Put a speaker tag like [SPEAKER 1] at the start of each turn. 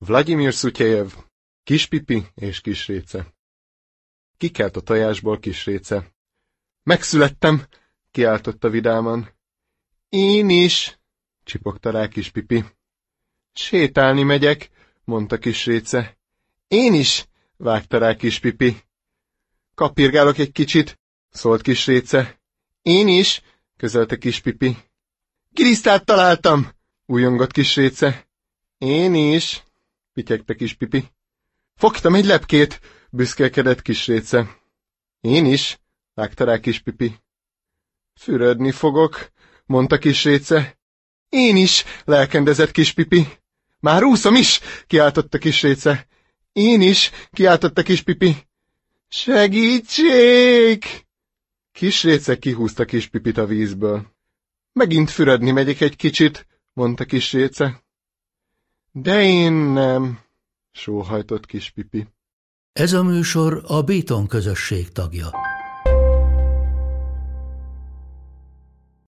[SPEAKER 1] Vladimir Szutyejev, Kispipi és Kisréce. Kikelt a tojásból Kisréce. Megszülettem, kiáltotta vidáman. Én is, csipogta rá Kispipi. Sétálni megyek, mondta Kisréce. Én is, vágta rá Kispipi. Kapirgálok egy kicsit, szólt Kisréce. Én is, közölte Kispipi. Grisztát találtam, újongott Kisréce. Én is, pityegte kis pipi. Fogtam egy lepkét, büszkélkedett kis réce. Én is, vágta rá kis pipi. Fürödni fogok, mondta kis réce. Én is, lelkendezett kis pipi. Már úszom is, kiáltotta kis réce. Én is, kiáltotta kis pipi. Segítség! Kis réce kihúzta kis pipit a vízből. Megint fürödni megyek egy kicsit, mondta kis réce. De én nem, sóhajtott kis pipi.
[SPEAKER 2] Ez a műsor a Béton közösség tagja.